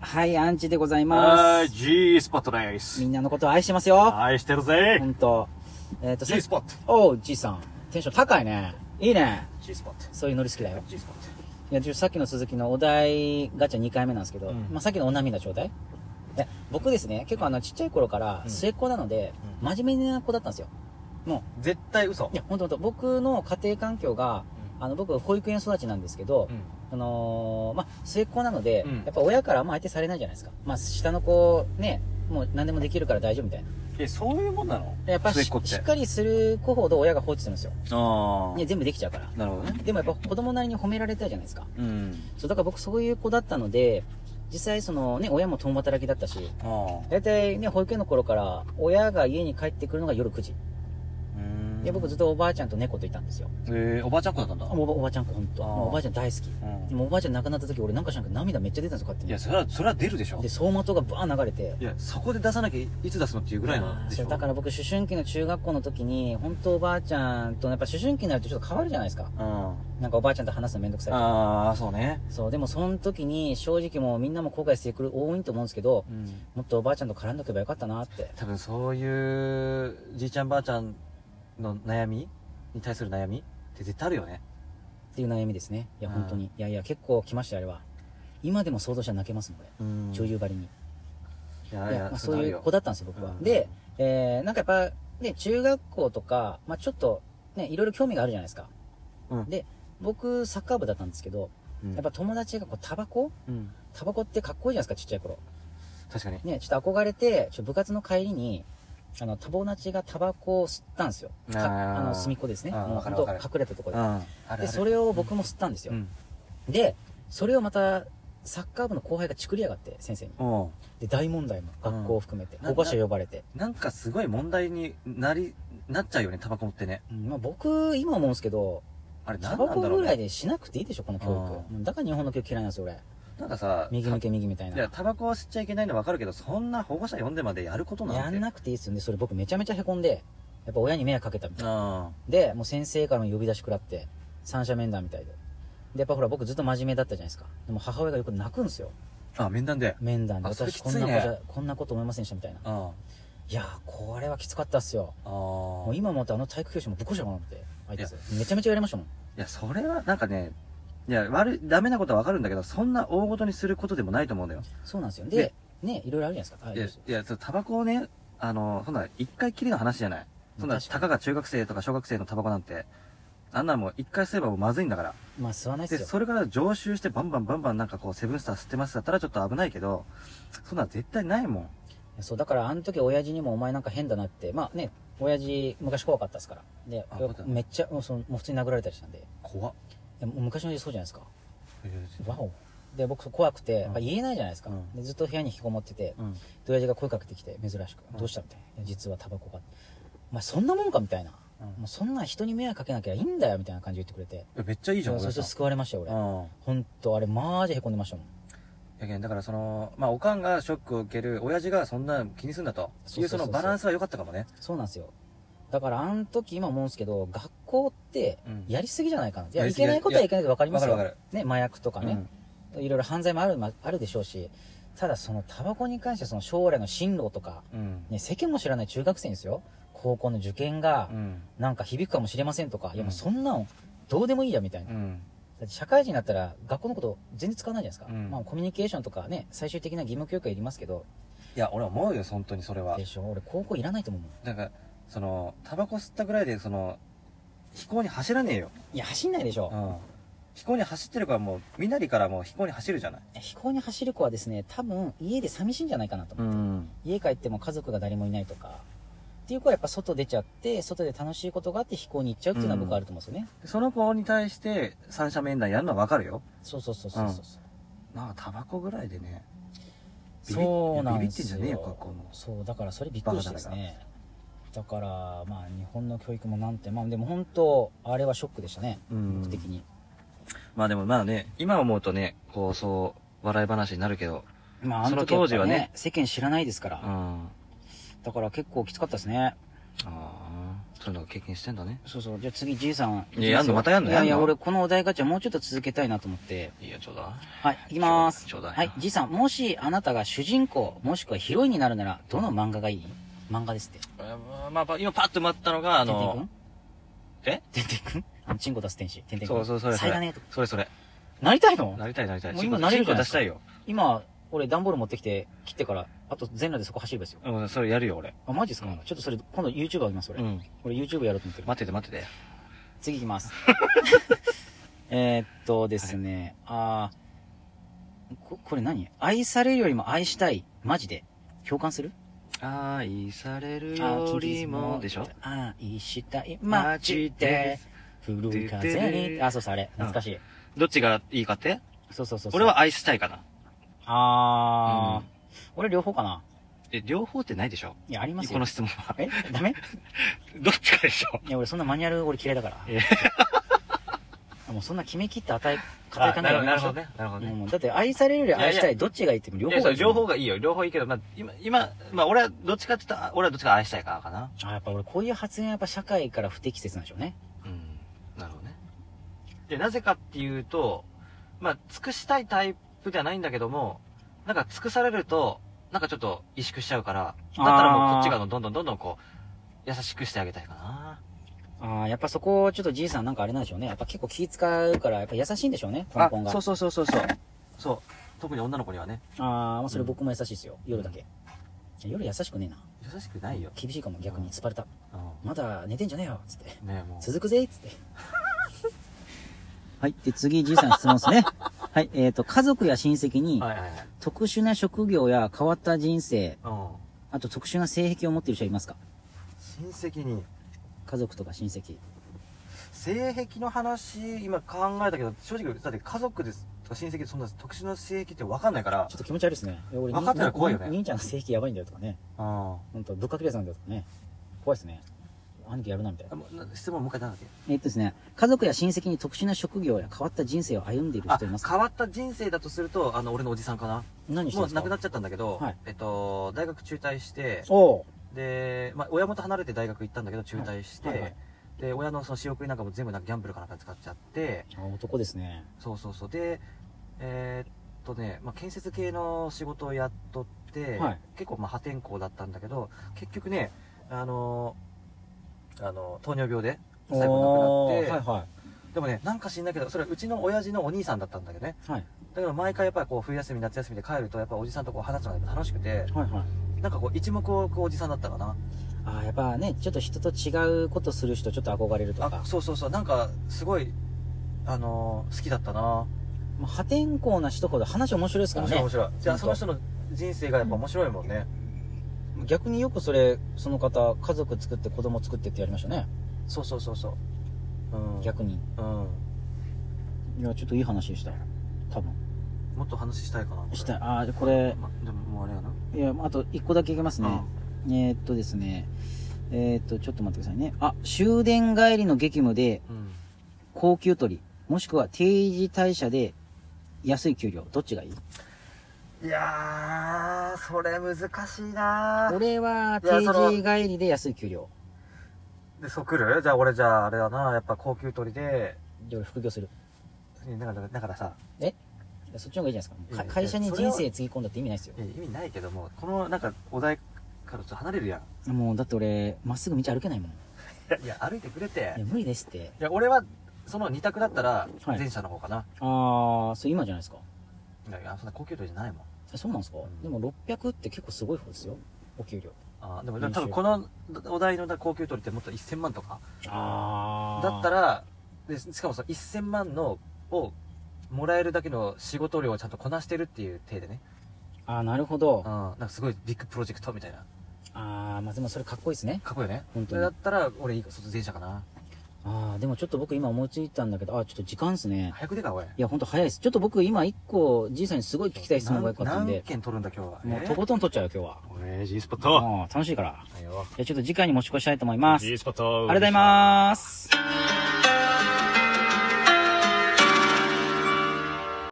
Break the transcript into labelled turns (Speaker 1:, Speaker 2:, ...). Speaker 1: はい、アンチでござい
Speaker 2: は
Speaker 1: ま
Speaker 2: ーい、
Speaker 1: す。
Speaker 2: G スポットで
Speaker 1: み
Speaker 2: す。
Speaker 1: んなのことを愛してますよ。
Speaker 2: 愛してるぜ
Speaker 1: ほ。んと。えっ、と、
Speaker 2: G スポット。
Speaker 1: おう、じいさん。テンション高いね。いいね。
Speaker 2: G スポット。
Speaker 1: そういうノリ好きだよ。
Speaker 2: G スポッ
Speaker 1: いや、ちょさっきの鈴木のお題ガチャ2回目なんですけど、
Speaker 2: うん
Speaker 1: まあ、さっきのお涙ちょうだい。いや、僕ですね、結構あの、ちっちゃい頃から
Speaker 2: うん
Speaker 1: 末っ子なので、
Speaker 2: う
Speaker 1: 真面目な子だったんですよ。
Speaker 2: ト。絶対嘘
Speaker 1: い。や、ほんとほんと、僕の家庭環境が、あの、僕、保育園育ちなんですけど、
Speaker 2: うん。
Speaker 1: あのーまあ、末っ子なので、
Speaker 2: うん
Speaker 1: やっぱ親からあんま相手されないじゃないですか。まあ、下の子、ね、もう何でもできるから大丈夫みたいな。
Speaker 2: え、そういうもんなの
Speaker 1: でやっぱ
Speaker 2: 末
Speaker 1: し
Speaker 2: っ子って
Speaker 1: しっかりする子ほど親が放置するんですよ。
Speaker 2: あ
Speaker 1: いや、全部できちゃうから。
Speaker 2: あ。なるほどね。
Speaker 1: でもやっぱ子供なりに褒められたいじゃないですか。
Speaker 2: うん。
Speaker 1: そう、だから僕そういう子だったので、実際そのね、親も共働きだったし、
Speaker 2: ああ。
Speaker 1: 大体ね、保育園の頃から、親が家に帰ってくるのが夜9時。
Speaker 2: うん
Speaker 1: で、僕ずっとおばあちゃんと猫といたんですよ。
Speaker 2: えー、おばあちゃん子だったんだ。
Speaker 1: おばおばあちゃん子ほんと。
Speaker 2: あー
Speaker 1: もうおばあちゃん大好き。
Speaker 2: うん
Speaker 1: でもおばあちゃん亡くなった時俺なんか知らんけど涙めっちゃ出たんですよ、勝手
Speaker 2: い
Speaker 1: に。
Speaker 2: や、それは、それは出るでしょ
Speaker 1: で、。走馬灯がバーン流れて。
Speaker 2: いや、そこで出さなきゃいいつ出すのっていうぐらいのでし
Speaker 1: そ
Speaker 2: ょ。。
Speaker 1: うだからら僕、思春期の中学校の時に、本当おばあちゃんと、やっぱ思春期になるとちょっと変わるじゃないですか。
Speaker 2: うん。
Speaker 1: なんかおばあちゃんと話すのめんどくさいから。
Speaker 2: ああ、そうね。
Speaker 1: そう、でもその時に正直もうみんなも後悔してくる多いと思うんですけど、
Speaker 2: うん。
Speaker 1: もっとおばあちゃんと絡んどけばよかったなって。
Speaker 2: 多分そういうじいちゃんばあちゃんの悩みに対する悩みって絶対あるよね
Speaker 1: っていう悩みですね。いや、
Speaker 2: うん
Speaker 1: 本当に。いやいや、結構来ましたよ、あれは。今でも想像したら泣けますもん、これ。
Speaker 2: うん
Speaker 1: 女優ばりに。
Speaker 2: いや
Speaker 1: いや
Speaker 2: いや
Speaker 1: まあ
Speaker 2: そ
Speaker 1: そうう
Speaker 2: い
Speaker 1: いうう子
Speaker 2: こと
Speaker 1: だったんですよ、僕は。
Speaker 2: うん
Speaker 1: で、えー、なんかやっぱ、ね、中学校とか、まあちょっと、ね、いろいろ興味があるじゃないですか。
Speaker 2: うん
Speaker 1: で、僕、サッカー部だったんですけど、
Speaker 2: うん
Speaker 1: やっぱ友達がこう、タバコ
Speaker 2: うん
Speaker 1: タバコってかっこいいじゃないですか、ちっちゃい頃。
Speaker 2: 確かに
Speaker 1: ね、ちょっと憧れて、ちょっと部活の帰りに、あの、友達がタバコを吸ったんですよ。か
Speaker 2: あー
Speaker 1: あの、隅っこですね。
Speaker 2: あー
Speaker 1: もう
Speaker 2: わか
Speaker 1: 本
Speaker 2: る
Speaker 1: 当
Speaker 2: わかる
Speaker 1: 隠れたとこ
Speaker 2: う
Speaker 1: ろ
Speaker 2: ん
Speaker 1: で。
Speaker 2: ある
Speaker 1: で、それを僕も吸ったんですよ
Speaker 2: う。ん
Speaker 1: で、それをまた、サッカー部の後輩がチクりやがって、先生に。
Speaker 2: うん
Speaker 1: で、大問題も、学校を含めて、
Speaker 2: うん
Speaker 1: 保護者呼ばれて。
Speaker 2: なんかすごい問題になりなっちゃうよねタバコってね
Speaker 1: うんまあ、僕、今思うんですけど、
Speaker 2: あれ
Speaker 1: タ
Speaker 2: 何
Speaker 1: バ
Speaker 2: なん
Speaker 1: コ
Speaker 2: だろ
Speaker 1: ぐ
Speaker 2: う
Speaker 1: らい
Speaker 2: ね
Speaker 1: でしなくていいでしょ、この教育。だから日本の教育嫌いなんですよ、俺。
Speaker 2: なんかさ
Speaker 1: 右向け右みたい
Speaker 2: いや
Speaker 1: な。
Speaker 2: タバコは吸っちゃいけないの分かるけどそんな保護者呼んでまでやることなんて
Speaker 1: やんなくていいっすよね。それ僕めちゃめちゃ凹んで、やっぱ親に迷惑かけたみたい。
Speaker 2: あ
Speaker 1: で、もう先生からの呼び出し食らって、三者面談みたいで。で、やっぱほら、僕ずっと真面目だったじゃないですか。でも母親がよく泣くんですよ。
Speaker 2: あ面談で
Speaker 1: 面談で。
Speaker 2: あそれ
Speaker 1: 私
Speaker 2: き
Speaker 1: こ
Speaker 2: つ
Speaker 1: ん
Speaker 2: い
Speaker 1: な
Speaker 2: ね
Speaker 1: 子じゃ、こんなこと思いませんでしたみたいな。
Speaker 2: うん
Speaker 1: いやー、これはきつかったっすよ。
Speaker 2: あ
Speaker 1: も
Speaker 2: あ
Speaker 1: う今思うとあの体育教師もぶっこしゃかなって。あいつ。めちゃめちゃやりましたもん。
Speaker 2: いや、それは、なんかね、いや、悪い、ダメなことはわかるんだけど、そんな大ごとにすることでもないと思うんだよ。
Speaker 1: そうなんですよ。で、ね、いろいろあるじゃないですか。あ
Speaker 2: いや、い
Speaker 1: そう
Speaker 2: や、そのタバコをね、あの、そんな、一回きりの話じゃない。そんな、
Speaker 1: 確か
Speaker 2: たかが中学生とか小学生のタバコなんて、あんなのもう一回吸えばもうまずいんだから。
Speaker 1: まあ、吸わないっす
Speaker 2: で、
Speaker 1: よ。
Speaker 2: それから常習してバンバンバンバンなんかこう、セブンスター吸ってますだったらちょっと危ないけど、そんなの絶対ないもん。
Speaker 1: そう、だからあの時親父にもお前なんか変だなって、まあね、親父昔怖かったですから。で
Speaker 2: あ怖かっ、た
Speaker 1: めっちゃ、もうそのもう普通に殴られたりしたんで。い
Speaker 2: 怖っ。
Speaker 1: やもう昔の親父そうじゃないですか。わお。で、僕怖くて、
Speaker 2: うん
Speaker 1: まあ言えないじゃないですか、
Speaker 2: うん
Speaker 1: で。ずっと部屋に引きこもってて、
Speaker 2: うん。
Speaker 1: で親父が声かけてきて、珍しく。
Speaker 2: うん
Speaker 1: どうしたみたいな。いや実はタバコが。お前そんなもんかみたいな。
Speaker 2: うん
Speaker 1: もうそんな人に迷惑かけなきゃいいんだよみたいな感じで言ってくれて。
Speaker 2: いやめっちゃいいじゃん、
Speaker 1: そ
Speaker 2: 小
Speaker 1: して
Speaker 2: 林さ
Speaker 1: 救われましたよ、
Speaker 2: ん
Speaker 1: 俺。
Speaker 2: うん。
Speaker 1: ほんと、あれ、マジへこんでましたもん。
Speaker 2: やけんだからその、まあ、おかんがショックを受ける、親父がそんな気にすんなと。
Speaker 1: そ
Speaker 2: いう
Speaker 1: そうそ
Speaker 2: うそう
Speaker 1: そう
Speaker 2: のバランスは良かったかもね。
Speaker 1: そうなんですよ。だから、あの時、今思うんですけど、学校って
Speaker 2: うん、
Speaker 1: やりすぎじゃないかな。いや、
Speaker 2: やり
Speaker 1: い
Speaker 2: すぎ
Speaker 1: けないことはいけないけど分かりますよ
Speaker 2: わかるわか。
Speaker 1: ね、麻薬とかね、いろいろ犯罪もある、まあるでしょうし、ただ、その、タバコに関して、その、将来の進路とか、
Speaker 2: うん。うん。
Speaker 1: ね、世間も知らない中学生ですよ。高校の受験が
Speaker 2: う、ん。
Speaker 1: なんか響くかもしれませんとか、いや、もう
Speaker 2: うん
Speaker 1: そんなの、どうでもいいや、みたいな。
Speaker 2: う
Speaker 1: だ
Speaker 2: ん。
Speaker 1: って社会人になったら、学校のこと全然使わないじゃないですか。
Speaker 2: うん
Speaker 1: まあ、コミュニケーションとかね、最終的な義務教育はいりますけど、
Speaker 2: いや、俺思うよ、本当にそれは
Speaker 1: で。しょ俺、高校いらないと思うもん。
Speaker 2: なんか、その、タバコ吸ったぐらいで、その、飛行に走らねえよ。
Speaker 1: いや、走んないでしょ。
Speaker 2: うん。飛行に走ってるからもう、みなりからもう飛行に走るじゃない。
Speaker 1: 飛行に走る子はですね多分家で寂しいんじゃないかなと思う、
Speaker 2: ん。
Speaker 1: 家帰っても家族が誰もいないとかっていう子はやっぱ外出ちゃって外で楽しいことがあって飛行に行っちゃうっていうのは僕はあると思うんですよね、
Speaker 2: その子に対して、三者面談やるのはわかるよ。
Speaker 1: そうそうそうそうそう、
Speaker 2: なんか、タバコぐらいでね。ビビ
Speaker 1: そうなん
Speaker 2: ビ
Speaker 1: で
Speaker 2: ビってん
Speaker 1: す
Speaker 2: じ
Speaker 1: よ
Speaker 2: ゃねえよ、学校も。
Speaker 1: そうだからそれびっくりしてですねだからまあ日本の教育もなんてまあでも本当あれはショックでしたね、
Speaker 2: うん
Speaker 1: 僕的に
Speaker 2: まあでもまあね、今思うとね、こう、そう、笑い話になるけど。
Speaker 1: まああ
Speaker 2: そ
Speaker 1: の
Speaker 2: の
Speaker 1: 時やっぱ
Speaker 2: 当時はね
Speaker 1: 世間知らないですから、
Speaker 2: ん。
Speaker 1: だから結構きつかったですね
Speaker 2: ああそういうのが経験してんだね
Speaker 1: そうそうじゃあ次じいさんはい
Speaker 2: ややんのまたやんの
Speaker 1: いやいや
Speaker 2: やんの
Speaker 1: 俺このお題ガチャもうちょっと続けたいなと思って
Speaker 2: いいよちょうだ
Speaker 1: はいいきます
Speaker 2: ちょうだい
Speaker 1: はいじいさんもしあなたが主人公もしくはヒロインになるならどの漫画がいい漫画ですって
Speaker 2: えーまあまあ今パッと埋まったのがあ
Speaker 1: てんてんく
Speaker 2: の
Speaker 1: ん
Speaker 2: え
Speaker 1: てんてんくんあのチンコ出す天使てんてんくん
Speaker 2: そうそうそれそ
Speaker 1: 最
Speaker 2: れ
Speaker 1: だねとか
Speaker 2: それそれ
Speaker 1: なりたいの
Speaker 2: なりたいなりたい
Speaker 1: もう今
Speaker 2: チンコ
Speaker 1: なれるじゃないで
Speaker 2: チンコ出
Speaker 1: す
Speaker 2: し
Speaker 1: か
Speaker 2: たいよ
Speaker 1: 今俺段ボール持ってきて切ってからあと全裸でそこ走るですよ
Speaker 2: うんそれやるよ俺
Speaker 1: あマジですか、
Speaker 2: うん
Speaker 1: ちょっとそれ今度 YouTube 上げます俺、
Speaker 2: うん
Speaker 1: 俺 YouTube やろうと思ってる
Speaker 2: 待ってて待ってて
Speaker 1: 次いきます えーっとですね、あーここれ何愛されるよりも愛したいマジで共感する
Speaker 2: 愛される
Speaker 1: あー
Speaker 2: よりも
Speaker 1: キンキン
Speaker 2: でしょ
Speaker 1: 愛したいマジで古風にあそうそうあれ懐かしい、
Speaker 2: どっちがいいかって
Speaker 1: そうそうそうそう
Speaker 2: 俺は愛したいかな
Speaker 1: ああ、
Speaker 2: うん
Speaker 1: 俺両方かな
Speaker 2: え両方ってないでしょ
Speaker 1: いやあります
Speaker 2: こ
Speaker 1: よ
Speaker 2: の質問は
Speaker 1: えダメ
Speaker 2: どっちかでしょ
Speaker 1: いや俺そんなマニュアル俺嫌いだから
Speaker 2: え
Speaker 1: もうそんな決め切って与え語りかない
Speaker 2: あなるほどねなるほどね
Speaker 1: もうだって愛されるより愛したい
Speaker 2: いやい
Speaker 1: どっちがいいっても両
Speaker 2: い
Speaker 1: 方
Speaker 2: や
Speaker 1: が
Speaker 2: そ
Speaker 1: いうい
Speaker 2: 両方がいいよ。両方いいけど、まあ、今、今、まあ、俺はどっちかって言ったら、俺はどっちか愛したいからかな。
Speaker 1: あやっぱ俺こういう発言はやっぱ社会から不適切なんでしょうね
Speaker 2: うん。なるほどね。で、なぜかっていうと、まあ、尽くしたいタイプではないんだけども、なんか尽くされると、なんかちょっと萎縮しちゃうから、だったらもうこっちがどんどんどんどんこう、優しくしてあげたいかな。
Speaker 1: ああやっぱそこちょっとじいさんなんかあれなんでしょうねやっぱ結構気使うからやっぱ優しいんでしょうね根本が
Speaker 2: そうそうそうそうそう。そう。特に女の子にはね、
Speaker 1: ああまあそれ僕も優しいですよ、夜だけ夜優しくねえな
Speaker 2: 優しくないよ。
Speaker 1: 厳しいかも逆にスパルタ
Speaker 2: う
Speaker 1: まだ寝てんじゃねえよつって
Speaker 2: ん。ねえもう。
Speaker 1: 続くぜっつって はいで次じいさん質問ですね はいえっ、と家族や親戚に
Speaker 2: はいはいはい。
Speaker 1: 特殊な職業や変わった人生
Speaker 2: うん。
Speaker 1: あと特殊な性癖を持ってる人はいますか
Speaker 2: 親戚に、
Speaker 1: 家族とか親戚
Speaker 2: 性癖の話今考えたけど正直だって家族ですとか親戚でそんな特殊な性癖って分かんないから
Speaker 1: ちょっと気持ち悪いですね。いや俺
Speaker 2: 分かったら怖いよね
Speaker 1: 兄兄ちゃんの性癖やばいんだよとかね。
Speaker 2: あ
Speaker 1: ほんと、ぶっかけるやつなんだよとかね。怖いですね。兄貴やるなみたい
Speaker 2: あ
Speaker 1: な。
Speaker 2: もうな質問もう一回何だっけ
Speaker 1: えっとですね、家族や親戚に特殊な職業や変わった人生を歩んでいる
Speaker 2: あ
Speaker 1: 人いますか
Speaker 2: 変わった人生だとするとあの俺のおじさんかな
Speaker 1: 何して
Speaker 2: も
Speaker 1: ま
Speaker 2: う
Speaker 1: すか
Speaker 2: 亡くなっちゃったんだけど、
Speaker 1: はい
Speaker 2: えっと大学中退して
Speaker 1: おう
Speaker 2: で、まあ、親元離れて大学行ったんだけど中退して、
Speaker 1: はいはい
Speaker 2: で親のその仕送りなんかも全部なんかギャンブルかなんか使っちゃって
Speaker 1: あ男ですね。
Speaker 2: そうそうそうでえーっとね、まあ、建設系の仕事をやっとって、
Speaker 1: はい
Speaker 2: 結構まあ破天荒だったんだけど結局ねあのーあの糖尿病で最後亡くなって、
Speaker 1: はいは
Speaker 2: でもねなんか知んないけどそれはうちの親父のお兄さんだったんだけどね
Speaker 1: い。はい。
Speaker 2: だから毎回やっぱりこう冬休み夏休みで帰るとやっぱおじさんとこう話すのがやっぱ楽しくて
Speaker 1: はいはい。
Speaker 2: なんかこう一目置くおじさんだったかな
Speaker 1: ああ、やっぱね、ちょっと人と違うことする人ちょっと憧れるとか
Speaker 2: あ。そうそうそうなんかすごいあのー好きだったな
Speaker 1: まあ破天荒な人ほど話面白いですか
Speaker 2: 面
Speaker 1: らね
Speaker 2: 白い面。白いじゃあその人の人生がやっぱ面白いもんね、
Speaker 1: 逆によくそれ、その方、家族作って子供作ってってやりましたね。
Speaker 2: そうそうそうそう。うん。
Speaker 1: 逆に。
Speaker 2: うん。
Speaker 1: いや、ちょっといい話でした。多分。
Speaker 2: もっと話したいかな。これ
Speaker 1: したい。。ああ、これ、
Speaker 2: ま、でももうあれやな。
Speaker 1: いや、あと一個だけいけますね。
Speaker 2: う
Speaker 1: えーっとですね。えーっと、ちょっと待ってくださいね。あ、終電帰りの激務で
Speaker 2: ん。うん。
Speaker 1: 高級取り、もしくは定時退社で安い給料、どっちがいい
Speaker 2: いやー、それ難しいなー。
Speaker 1: 俺はい
Speaker 2: や
Speaker 1: 定
Speaker 2: その
Speaker 1: 時帰りで安い給料。
Speaker 2: で、そう来るじゃあ俺じゃああれだな、やっぱ高級鳥で、
Speaker 1: で、俺副業する。
Speaker 2: なんか、だからさ、
Speaker 1: いやそっちの方がいいじゃないですか。
Speaker 2: い
Speaker 1: か
Speaker 2: や
Speaker 1: 会社に
Speaker 2: いやそれ
Speaker 1: 人生
Speaker 2: は
Speaker 1: つぎ込んだって意味ないです
Speaker 2: いや意味ないけども、このなんかお題からちょっと離れるやん。い
Speaker 1: よ。もう、だって俺、まっすぐ道歩けないもん。い
Speaker 2: や、いや歩いてくれて。
Speaker 1: や、無理ですって。
Speaker 2: いや、俺は、その二択だったら、
Speaker 1: はい
Speaker 2: 前者の方かな。
Speaker 1: あー、そう今じゃないですか。
Speaker 2: いや、いやそんな高級鳥じゃないもん。
Speaker 1: えそうなんですかでも600って結構すごい方ですよ。お給料。
Speaker 2: あーでも
Speaker 1: 年収
Speaker 2: 多分このお題の高級鳥ってもっと1000万とか
Speaker 1: あ
Speaker 2: だった
Speaker 1: ら、
Speaker 2: らでしかもその1000万のをもらえるだけの仕事量をちゃんとこなしてるっていう体でね、
Speaker 1: あー、なるほど。
Speaker 2: うん、なんかすごいビッグプロジェクトみたいな
Speaker 1: ああまあでもそれかっこいいですね
Speaker 2: かっこいいよね
Speaker 1: 本
Speaker 2: そ
Speaker 1: 当
Speaker 2: れ
Speaker 1: に
Speaker 2: だ
Speaker 1: あ
Speaker 2: ったら俺いいか卒前者かな
Speaker 1: あでもちょっと僕今思いついたんだけどあーちょっと時間ですね
Speaker 2: 早く出た俺
Speaker 1: いやほんと早いですちょっと僕今一個じいさんにすごい聞きたい質問がよかったん
Speaker 2: 何何
Speaker 1: で
Speaker 2: 件取るんだ今日は
Speaker 1: もう
Speaker 2: え
Speaker 1: とことん取っちゃうよ今日は
Speaker 2: ー、G スポット
Speaker 1: もう楽しいから
Speaker 2: はいよ
Speaker 1: じゃあちょっと次回に持ち越したいと思いますあり
Speaker 2: G スポット
Speaker 1: がとうございます